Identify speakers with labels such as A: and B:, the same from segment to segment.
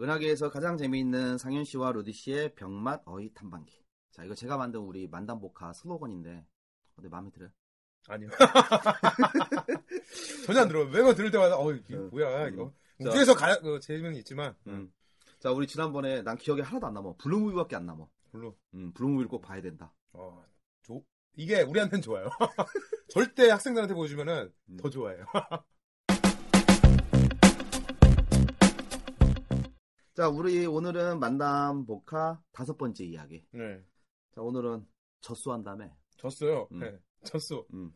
A: 은하계에서 가장 재미있는 상윤 씨와 루디 씨의 병맛 어휘 탐방기. 자, 이거 제가 만든 우리 만담복화 슬로건인데, 어때 마음에 들어요?
B: 아니요. 전혀 안 들어요. 매번 들을 때마다, 어, 이게
A: 음.
B: 뭐야, 이거.
A: 자.
B: 우주에서 가, 그, 재미는 있지만,
A: 음. 자, 우리 지난번에 난 기억에 하나도 안 남아. 블루무비밖에 안 남아.
B: 별로,
A: 음, 블루무비를 꼭 봐야 된다.
B: 어, 조, 이게 우리한테는 좋아요. 절대 학생들한테 보여주면은
A: 음.
B: 더 좋아해요.
A: 자, 우리 오늘은 만담복화 다섯 번째 이야기.
B: 네.
A: 자, 오늘은 젖소한 다음에,
B: 졌어요.
A: 음.
B: 네. 졌어.
A: 음,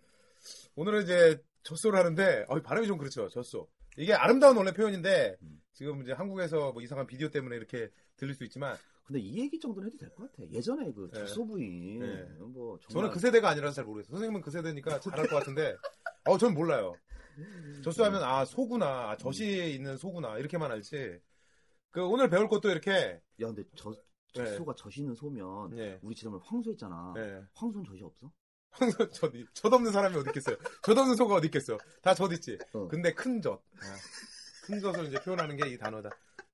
B: 오늘은 이제 젖소를 하는데, 어, 발음이 좀 그렇죠. 젖소. 이게 아름다운 원래 표현인데,
A: 음.
B: 지금 이제 한국에서 뭐 이상한 비디오 때문에 이렇게 들릴 수 있지만,
A: 근데 이 얘기 정도는 해도 될 것 같아. 예전에 그
B: 네.
A: 젖소 부인,
B: 네.
A: 뭐, 정말
B: 저는 그 세대가 아니라서 잘 모르겠어요. 선생님은 그 세대니까 잘할 것 같은데, 어, 전 몰라요. 젖소하면 아 소구나, 아, 젖이 있는 소구나 이렇게만 알지. 그 오늘 배울 것도 이렇게,
A: 야, 근데
B: 네.
A: 젖, 젖소가 젖이는 소면,
B: 예,
A: 우리 지난번에 황소했잖아.
B: 예.
A: 황소는 젖이 없어?
B: 항상 젖이, 젖 없는 사람이 어디 있겠어요? 젖 없는 소가 어디 있겠어? 다 젖 있지.
A: 어.
B: 근데 큰 젖, 아, 큰 젖을 이제 표현하는 게 이 단어다.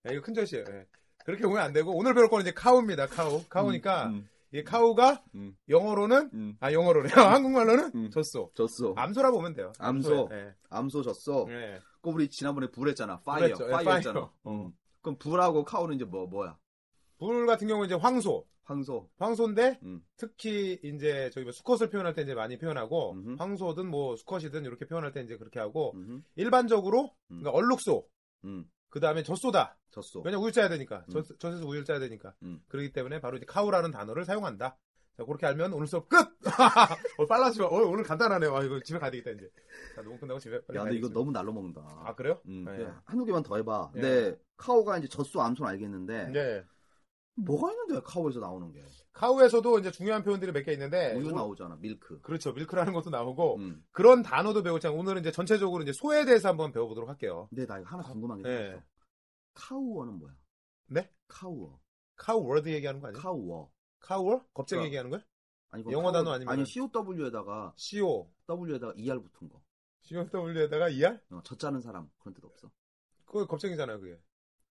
B: 예, 이거 큰 젖이에요. 예. 그렇게 보면 안 되고 오늘 배울 거는 이제 카우입니다. 카우, 카우니까
A: 음,
B: 이 카우가
A: 음.
B: 영어로는
A: 음.
B: 아 영어로네요. 한국말로는
A: 음.
B: 젖소.
A: 젖소.
B: 암소라 보면 돼요.
A: 암소.
B: 예.
A: 암소 졌어.
B: 예.
A: 그 우리 지난번에 불했잖아. 파이어.
B: 불했죠. 예,
A: 파이어
B: 파이어.
A: 했잖아. 음. 그럼 불하고 카오는 이제 뭐 뭐야?
B: 불 같은 경우는 이제 황소.
A: 황소.
B: 황소인데
A: 음.
B: 특히 이제 저기 뭐 수컷을 표현할 때 이제 많이 표현하고
A: 음흠.
B: 황소든 뭐 수컷이든 이렇게 표현할 때 이제 그렇게 하고
A: 음.
B: 일반적으로
A: 음.
B: 그러니까 얼룩소
A: 음.
B: 그 다음에 젖소다
A: 졌어.
B: 왜냐 우유 짜야 되니까
A: 음.
B: 젖 젖에서 우유를 짜야 되니까
A: 음.
B: 그렇기 때문에 바로 이제 카우라는 단어를 사용한다 자 그렇게 알면 오늘 수업 끝 어, 빨라지마 어, 오늘 간단하네요 아 이거 집에 가야 되겠다 이제 자 녹음 끝나고 집에 빨리
A: 야,
B: 가야
A: 근데 이거
B: 되겠습니다.
A: 너무 날로 먹는다.
B: 아 그래요
A: 음.
B: 예.
A: 그래. 한두 개만 더 해봐.
B: 예.
A: 네. 카오가 이제 젖소 암소는 알겠는데
B: 네
A: 뭐가 있는데 카오에서 나오는 게
B: 카우에서도 이제 중요한 표현들이 몇 개 있는데
A: 우유
B: 오-
A: 나오잖아 밀크.
B: 그렇죠 밀크라는 것도 나오고
A: 음.
B: 그런 단어도 배우자 오늘은 이제 전체적으로 이제 소에 대해서 한번 배워보도록 할게요.
A: 근데 나 이거 하나 궁금한 게
B: 예.
A: 있어. 카우어는 뭐야?
B: 네?
A: 카우어.
B: 카우 월드 얘기하는 거 아니에요?
A: 카우어.
B: 카우월? 겁쟁이
A: 그러니까-
B: 얘기하는 거야?
A: 아니 그건
B: 영어
A: 카우-
B: 단어 아니면은-
A: 아니 COW에다가
B: CO,
A: W에다가 ER 붙은 거.
B: COW에다가 ER?
A: 어, 젖자는 사람 그런 뜻 없어.
B: 그거 겁쟁이잖아요, 그게.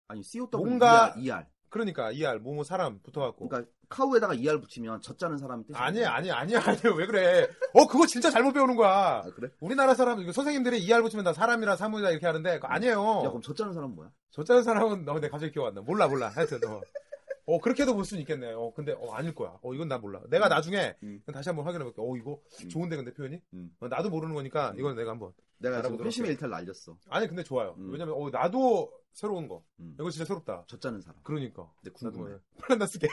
A: 아니 COW
B: 뭔가-
A: ER.
B: 그러니까 ER 뭐뭐 사람 붙어갖고.
A: 그러니까 카우에다가 ER 붙이면 젖자는 사람이 뜻이
B: 아니 아니 아니 아니 왜 그래? 어 그거 진짜 잘못 배우는 거야.
A: 아, 그래?
B: 우리나라 사람 이거 선생님들이 ER 붙이면 다 사람이라 사물이라 이렇게 하는데 그거
A: 음. 야
B: 아니에요.
A: 그럼 젖자는 사람 뭐야?
B: 저자는 사람은 어, 내 갑자기 기억 안 나. 몰라 몰라. 하여튼 어. 어 그렇게도 볼 수는 있겠네. 어 근데 어 아닐 거야. 어 이건 나 몰라.
A: 음.
B: 내가 나중에
A: 음.
B: 다시 한번 확인해 볼게. 어 이거
A: 음.
B: 좋은데 근데 표현이?
A: 음.
B: 어, 나도 모르는 거니까
A: 음.
B: 이건 내가 한번.
A: 내가 지금
B: 알아보도록
A: 회심의
B: 할게요.
A: 일탈 날렸어.
B: 아니 근데 좋아요.
A: 음.
B: 왜냐면 어 나도 새로운 거.
A: 음.
B: 이거 진짜 새롭다.
A: 젖자는 사람.
B: 그러니까.
A: 근데 궁금해.
B: 나도 플란다 쓰게.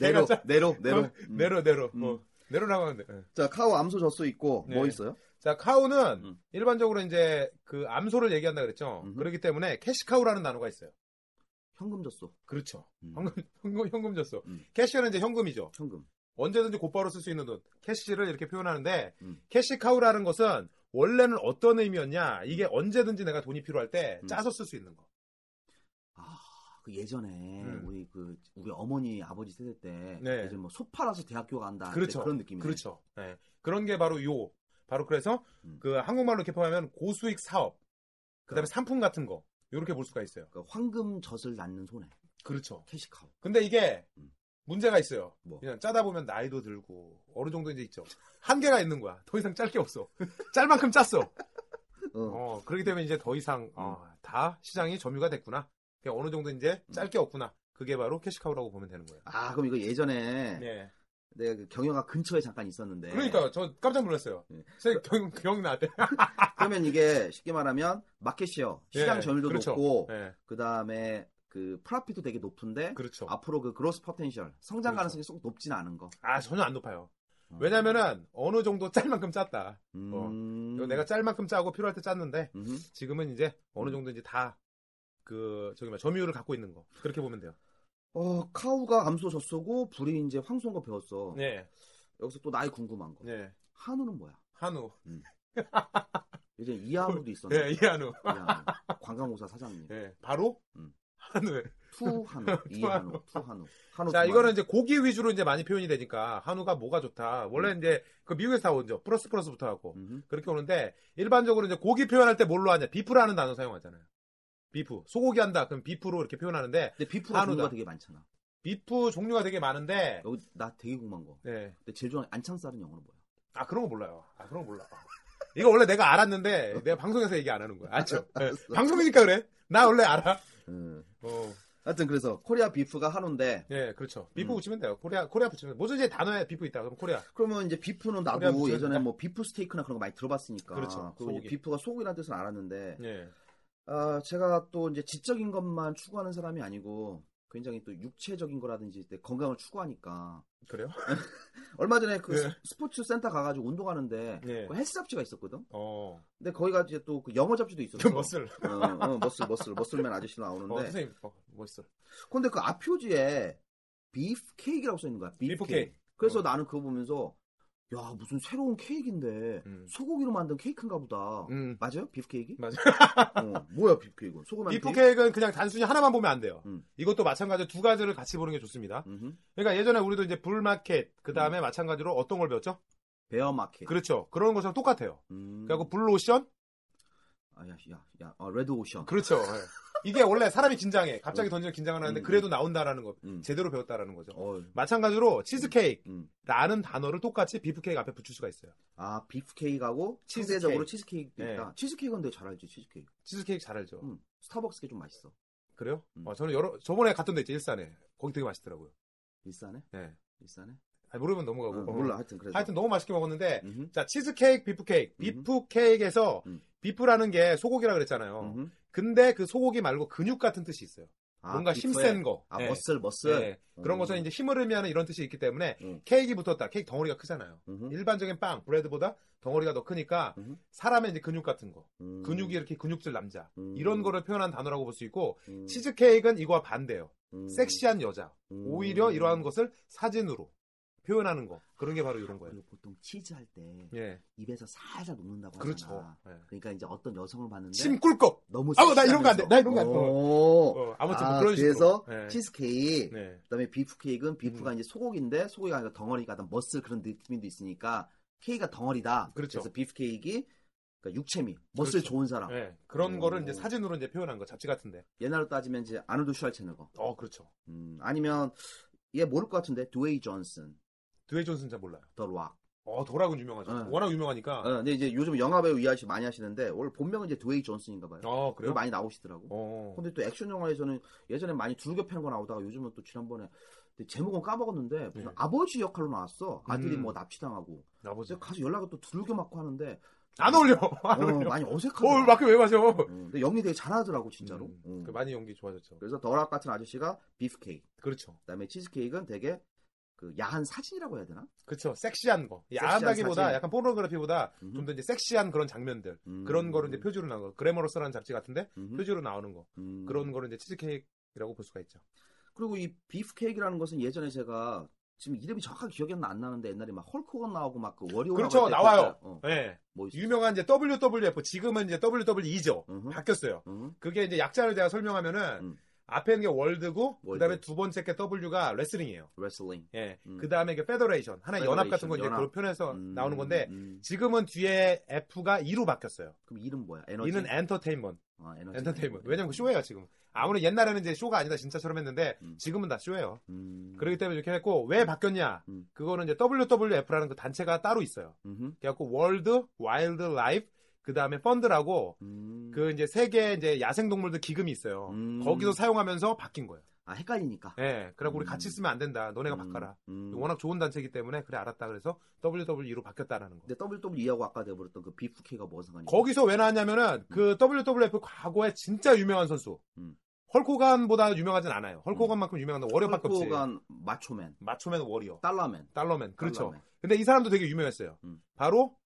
A: 내로
B: 걔가
A: 내로 내로
B: 어,
A: 음.
B: 내로 내로.
A: 음.
B: 어, 내로라고 하는데. 예.
A: 자 카우 암소 젖소 있고
B: 네.
A: 뭐 있어요?
B: 자 카우는
A: 음.
B: 일반적으로 이제 그 암소를 얘기한다 그랬죠.
A: 음흠.
B: 그렇기 때문에 캐시카우라는 단어가 있어요.
A: 현금 젖소.
B: 그렇죠.
A: 음.
B: 현금 현금 현금 줬어.
A: 음.
B: 캐시는 이제 현금이죠.
A: 현금.
B: 언제든지 곧바로 쓸 수 있는 돈, 캐시를 이렇게 표현하는데
A: 음.
B: 캐시카우라는 것은 원래는 어떤 의미였냐? 이게 언제든지 내가 돈이 필요할 때
A: 음.
B: 짜서 쓸 수 있는 거.
A: 아, 그 예전에
B: 음.
A: 우리 그 우리 어머니 아버지 세대 때
B: 네.
A: 예전 뭐소 팔아서 대학교 간다.
B: 그렇죠.
A: 그런 느낌이네.
B: 그렇죠. 예. 그런 게 바로 요. 바로 그래서
A: 음.
B: 그 한국말로 이렇게 표현하면 고수익 사업, 그다음에
A: 아.
B: 상품 같은 거 이렇게 볼 수가 있어요.
A: 그러니까 황금 젖을 낳는 손에
B: 그렇죠.
A: 캐시 카우.
B: 근데 이게
A: 음.
B: 문제가 있어요.
A: 뭐?
B: 그냥 짜다 보면 나이도 들고 어느 정도 이제 있죠. 한계가 있는 거야. 더 이상 짤 게 없어. 짤 만큼 짰어.
A: 어.
B: 어,
A: 음.
B: 그렇기 때문에 이제 더 이상 어, 다 시장이 점유가 됐구나. 그냥 어느 정도 이제 짤 게 없구나. 그게 바로 캐시카우라고 보면 되는 거예요.
A: 아, 그럼 이거 예전에
B: 네.
A: 내가 그 경영학 근처에 잠깐 있었는데.
B: 그러니까 저 깜짝 놀랐어요.
A: 네.
B: 선생님 경, 기억나대.
A: 그러면 이게 쉽게 말하면 마켓이요. 시장 점유율도
B: 그렇죠.
A: 높고,
B: 네.
A: 그다음에 그 프라핏도 되게 높은데
B: 그렇죠.
A: 앞으로 그 그로스 포텐셜, 성장
B: 그렇죠.
A: 가능성이 쏙 높진 않은 거.
B: 아 전혀 안 높아요.
A: 어.
B: 왜냐면은 어느 정도 짤 만큼 짰다.
A: 음.
B: 이거 내가 짤 만큼 짜고 필요할 때 짰는데
A: 음흠.
B: 지금은 이제 어느
A: 음.
B: 정도 이제 다 그 저기 뭐 점유율을 갖고 있는 거 그렇게 보면 돼요.
A: 어, 카우가 감소 졌어고 불이 이제 황소인 거 배웠어.
B: 네,
A: 여기서 또 나의 궁금한 거.
B: 네.
A: 한우는 뭐야?
B: 한우,
A: 이제 이한우도 있었네.
B: 네, 이한우,
A: 이한우. 관광공사 사장님.
B: 네, 바로
A: 음.
B: 한우.
A: 투 한우, 이 한우, 투 한우. 한우
B: 자,
A: 두 마리.
B: 이거는 이제 고기 위주로 이제 많이 표현이 되니까 한우가 뭐가 좋다. 원래 이제 그 미국에서 다 오죠. 플러스 플러스부터 하고
A: 음흠.
B: 그렇게 오는데 일반적으로 이제 고기 표현할 때 뭘로 하냐? 비프라는 단어 사용하잖아요. 비프, 소고기 한다. 그럼 비프로 이렇게 표현하는데
A: 근데 비프가
B: 한우다.
A: 종류가 되게 많잖아.
B: 비프 종류가 되게 많은데
A: 여기 나 되게 궁금한 거.
B: 네.
A: 근데 제일 좋아하는 안창살은 영어로 뭐야?
B: 아 그런 거 몰라요. 아 그런 거 몰라. 이거 원래 내가 알았는데 내가 방송에서 얘기 안 하는 거야. 알죠? 네. 방송이니까 그래. 나 원래 알아.
A: 음.
B: 어,
A: 하여튼 그래서 코리아 비프가 한우인데
B: 예, 그렇죠. 비프
A: 음.
B: 붙이면 돼요. 코리아, 코리아 붙이면 뭐든지 단어에 비프 있다. 그럼 코리아.
A: 그러면 이제 비프는
B: 코리아
A: 나도
B: 비프는
A: 예전에
B: 딱-
A: 뭐 비프 스테이크나 그런 거 많이 들어봤으니까
B: 그렇죠.
A: 그리고 이제
B: 소고기.
A: 비프가 소고기라는 뜻은 알았는데
B: 예,
A: 아, 제가 또 이제 지적인 것만 추구하는 사람이 아니고 굉장히 또 육체적인 거라든지 이제 건강을 추구하니까
B: 그래요?
A: 얼마 전에 그
B: 네.
A: 스- 스포츠 센터 가가지고 운동하는데
B: 네.
A: 그 헬스 잡지가 있었거든.
B: 어,
A: 근데 거기가 이제 또 그 영어 잡지도
B: 그
A: 있었어.
B: 멋을.
A: 어, 어, 멋슬, 멋슬, 멋슬맨 아저씨로
B: 어,
A: 나오는데.
B: 선생님, 어, 멋있어.
A: 근데 그 앞표지에 비프 케이크라고 써 있는 거야. 비프
B: 비프
A: 케이크.
B: 케이크.
A: 그래서
B: 어.
A: 나는 그거 보면서 야 무슨 새로운 케이크인데
B: 음.
A: 소고기로 만든 케이크인가 보다.
B: 음,
A: 맞아요? 비프 케이크?
B: 맞아.
A: 어, 뭐야 비프 케이크? 소고기
B: 비프
A: 만든
B: 케이크는 그냥 단순히 하나만 보면 안 돼요.
A: 음.
B: 이것도 마찬가지로 두 가지를 같이 보는 게 좋습니다.
A: 음흠.
B: 그러니까 예전에 우리도 이제 불마켓, 그 다음에 마찬가지로 어떤 걸 배웠죠?
A: 베어 마켓.
B: 그렇죠. 그런 것처럼 똑같아요.
A: 음.
B: 그리고 블루오션,
A: 아, 야, 야, 야, 어, 레드 오션.
B: 그렇죠. 예. 이게 원래 사람이 긴장해. 갑자기 던지면 긴장을 하는데
A: 음.
B: 그래도 나온다라는 거.
A: 음.
B: 제대로 배웠다라는 거죠.
A: 어,
B: 마찬가지로 치즈케이크라는
A: 음.
B: 단어를 똑같이 비프케이크 앞에 붙일 수가 있어요.
A: 아, 비프 케이크하고
B: 치즈케이크.
A: 상대적으로 치즈케이크
B: 네. 어.
A: 있다. 치즈케이크는 되게 잘 알지, 치즈케이크.
B: 치즈케이크 잘 알죠?
A: 음. 스타벅스 게 좀 맛있어.
B: 그래요?
A: 음.
B: 어, 저는 여러 저번에 갔던 데 있죠. 일산에. 거기 되게 맛있더라고요.
A: 일산에?
B: 예.
A: 일산에?
B: 아니, 모르면
A: 어,
B: 넘어가고. 어.
A: 몰라, 하여튼 그래서.
B: 하여튼 너무 맛있게 먹었는데
A: 음흠,
B: 자, 치즈케이크, 비프케이크.
A: 음.
B: 비프케이크에서
A: 음.
B: 비프라는 게 소고기라 그랬잖아요.
A: 음흠.
B: 근데 그 소고기 말고 근육 같은 뜻이 있어요.
A: 아,
B: 뭔가
A: 비프에-
B: 힘센 거.
A: 아,
B: 예.
A: 머슬, 머슬.
B: 예. 그런
A: 음.
B: 것은 이제 힘을 의미하는 이런 뜻이 있기 때문에
A: 음.
B: 케이크 붙었다. 케이크 덩어리가 크잖아요.
A: 음흠.
B: 일반적인 빵, 브레드보다 덩어리가 더 크니까
A: 음흠.
B: 사람의 이제 근육 같은 거,
A: 음.
B: 근육이 이렇게 근육질 남자
A: 음.
B: 이런 거를 표현한 단어라고 볼 수 있고
A: 음.
B: 치즈케이크는 이거와 반대예요.
A: 음.
B: 섹시한 여자.
A: 음.
B: 오히려 이러한 것을 사진으로 표현하는 거. 그런 게 바로 이런 거예요.
A: 그리고 보통 치즈 할 때
B: 예,
A: 입에서 살살 녹는다고
B: 그렇죠.
A: 하잖아.
B: 예.
A: 그러니까 이제 어떤 여성을 봤는데
B: 침 꿀꺽.
A: 너무
B: 아우, 나 이런 거안 돼. 나 이런 거안 돼.
A: 오.
B: 어, 아무튼
A: 아,
B: 뭐 그런
A: 그래서
B: 식으로. 예.
A: 치즈케이크
B: 네.
A: 그다음에 비프 케이크는 비프가 이제 소고기인데 소고기가 아니라 덩어리가 어떤 머슬 그런 느낌도 있으니까 케이크가 덩어리다.
B: 그렇죠.
A: 래서 비프 케이크 그러니까 육체미, 머슬
B: 그렇죠.
A: 좋은 사람.
B: 예. 그런
A: 오.
B: 거를 이제 사진으로 이제 표현한 거 잡지 같은데.
A: 옛날로 따지면 이제 아놀드 슈왈체네거.
B: 어, 그렇죠.
A: 음, 아니면 얘 모를 것 같은데 드웨이 존슨,
B: 드웨이 존슨 잘 몰라요.
A: 더 락.
B: 어, 도락은 유명하죠.
A: 예.
B: 워낙 유명하니까.
A: 어, 근데 이제 요즘 영화 배우 이해하시 많이 하시는데 원래 본명은 이제 드웨이 존슨인가 봐요.
B: 어, 그래요?
A: 많이 나오시더라고.
B: 어.
A: 근데 또 액션 영화에서는 예전에 많이 두들겨 패는 거 나오다가 요즘은 또 지난번에 근데 제목은 까먹었는데 무슨
B: 네.
A: 아버지 역할로 나왔어. 아들이
B: 음.
A: 뭐 납치당하고.
B: 나머지.
A: 그래서 가서 연락을 또 두들겨 맞고 하는데
B: 안 어울려. 안
A: 어,
B: 어울려.
A: 많이
B: 어,
A: 어색하더라고.
B: 마크 왜 마셔?
A: 음, 근데 연기 되게 잘하더라고 진짜로.
B: 음,
A: 음.
B: 그 많이 연기 좋아졌죠.
A: 그래서 더락 같은 아저씨가 비프 케이크,
B: 그렇죠.
A: 그다음에 치즈 케이크는 되게 그 야한 사진이라고 해야 되나?
B: 그렇죠. 섹시한 거.
A: 섹시한
B: 야한다기보다
A: 사진.
B: 약간 포르노그래피보다
A: 음.
B: 좀 더 이제 섹시한 그런 장면들. 그런 거를 이제
A: 음.
B: 표지로 나온 거. 그래머러스라는 잡지 같은데
A: 음.
B: 표지로 나오는 거.
A: 음.
B: 그런 거를 이제 치즈케이크라고 볼 수가 있죠.
A: 그리고 이 비프 케이크라는 것은 예전에 제가 지금 이름이 정확하게 기억이 안 나는데 옛날에 막 헐크호건 나오고 막 그 워리어
B: 그렇죠. 나와요. 예.
A: 뭐 있어?
B: 유명한 이제 WWF 지금은 이제 WWE죠.
A: 음흠.
B: 바뀌었어요.
A: 음.
B: 그게 이제 약자를 제가 설명하면은
A: 음.
B: 앞에 있는 게 월드고
A: 월드.
B: 그다음에 두 번째 게 W가 레슬링이에요.
A: 레슬링.
B: 예.
A: 음.
B: 그다음에 이게 페더레이션 하나의 연합 같은 거 이제
A: 연합.
B: 그걸 표현해서
A: 음,
B: 어, 나오는 건데
A: 음.
B: 지금은 뒤에 F가 E로 바뀌었어요.
A: 그럼 이름 뭐야? 에너지.
B: 이는 엔터테인먼트.
A: 어, 에너지.
B: 엔터테인먼트. 왜냐면 그 쇼예요, 지금. 아무리 옛날에는 이제 쇼가 아니다 진짜처럼 했는데
A: 음.
B: 지금은 다 쇼예요.
A: 음.
B: 그렇기 때문에 이렇게 했고 왜 바뀌었냐?
A: 음.
B: 그거는 이제 WWF라는 그 단체가 따로 있어요.
A: 음흠.
B: 그래갖고 월드, 와일드 라이프, 그다음에 펀드라고
A: 음.
B: 그 이제 세계 이제 야생동물들 기금이 있어요.
A: 음.
B: 거기서 사용하면서 바뀐 거예요.
A: 아, 헷갈리니까.
B: 예, 그리고 우리
A: 음.
B: 같이 쓰면 안 된다. 너네가 바꿔라.
A: 음.
B: 워낙 좋은 단체이기 때문에 그래 알았다. 그래서 WWE로 바뀌었다라는 거.
A: 근데 WWE하고 아까 내버렸던 그 B2K가 뭐가 상관이
B: 거기서 왜 나왔냐면은 그 WWF 과거에 진짜 유명한 선수
A: 음.
B: 헐코간보다 유명하진 않아요. 헐코간만큼 유명한 건 워리어밖에 없지.
A: 헐코간 마초맨,
B: 마초맨 워리어,
A: 달러맨.
B: 달러맨 그렇죠.
A: 달러맨.
B: 근데 이 사람도 되게 유명했어요.
A: 음.
B: 바로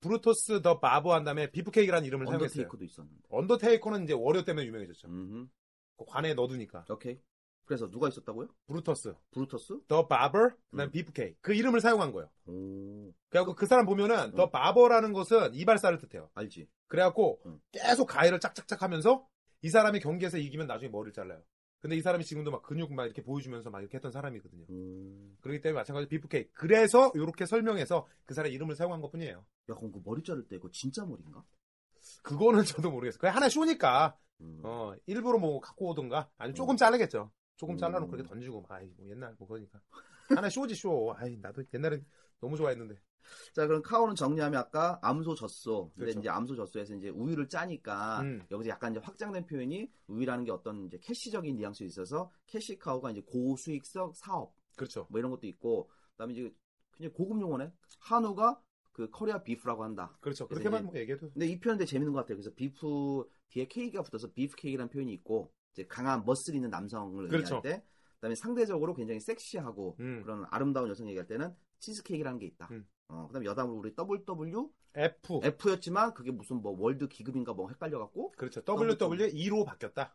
B: 브루토스 더 바보 한 다음에 비프케이크라는 이름을 사용했어요.
A: 언더테이크도 있었는데.
B: 언더테이커는 이제 워리어 때문에 유명해졌죠.
A: 음흠. 음.
B: 그 관에 넣어두니까
A: 오케이. 그래서 누가 있었다고요?
B: 브루토스
A: 브루터스?
B: 더 바버 그다음
A: 음.
B: 비프케이 그 이름을 사용한 거예요.
A: 오,
B: 그래갖고 그 사람 보면은 더
A: 음.
B: 바버라는 것은 이발사를 뜻해요.
A: 알지.
B: 그래갖고
A: 음.
B: 계속 가위를 짝짝짝 하면서 이 사람이 경기에서 이기면 나중에 머리를 잘라요. 근데 이 사람이 지금도 막 근육 막 이렇게 보여주면서 막 이렇게 했던 사람이거든요.
A: 오.
B: 그렇기 때문에 마찬가지로 비프케이. 그래서 이렇게 설명해서 그 사람 이름을 사용한 것 뿐이에요.
A: 야, 그럼 그 머리 자를 때 그거 진짜 머리인가?
B: 그거는 저도 모르겠어요. 그냥 하나 쇼니까
A: 음.
B: 어, 일부러 뭐 갖고 오던가 아니 조금
A: 음.
B: 자르겠죠. 조금 잘라놓고
A: 음.
B: 그렇게 던지고 막, 아이 뭐 옛날 뭐 그러니까 하나 쇼지 쇼. 아이 나도 옛날에 너무 좋아했는데
A: 자, 그럼 카오는 정리하면 아까 암소 젖소. 근데
B: 그렇죠.
A: 이제 암소 젖소에서 이제 우유를 짜니까
B: 음.
A: 여기서 약간 이제 확장된 표현이 우유라는 게 어떤 이제 캐시적인 뉘앙스에 있어서 캐시 카오가 이제 고수익성 사업
B: 그렇죠.
A: 뭐 이런 것도 있고 그다음에 이제 그냥 고급 용어네. 한우가 그 커리아 비프라고 한다.
B: 그렇죠.
A: 그래서
B: 그렇게만
A: 이제-
B: 뭐 얘기해도
A: 근데 이 표현도 재밌는 것 같아요. 그래서 비프 뒤에 K가 붙어서 비프 K라는 표현이 있고 이제 강한 멋을 있는 남성을
B: 그렇죠.
A: 얘기할 때 그다음에 상대적으로 굉장히 섹시하고
B: 음.
A: 그런 아름다운 여성 얘기할 때는 치즈케이크라는 게 있다.
B: 음.
A: 어, 그다음에 여담으로 우리 WW
B: F
A: F였지만 그게 무슨 뭐 월드 기금인가 뭐 헷갈려 갖고
B: 그렇죠. WWE로 바뀌었다.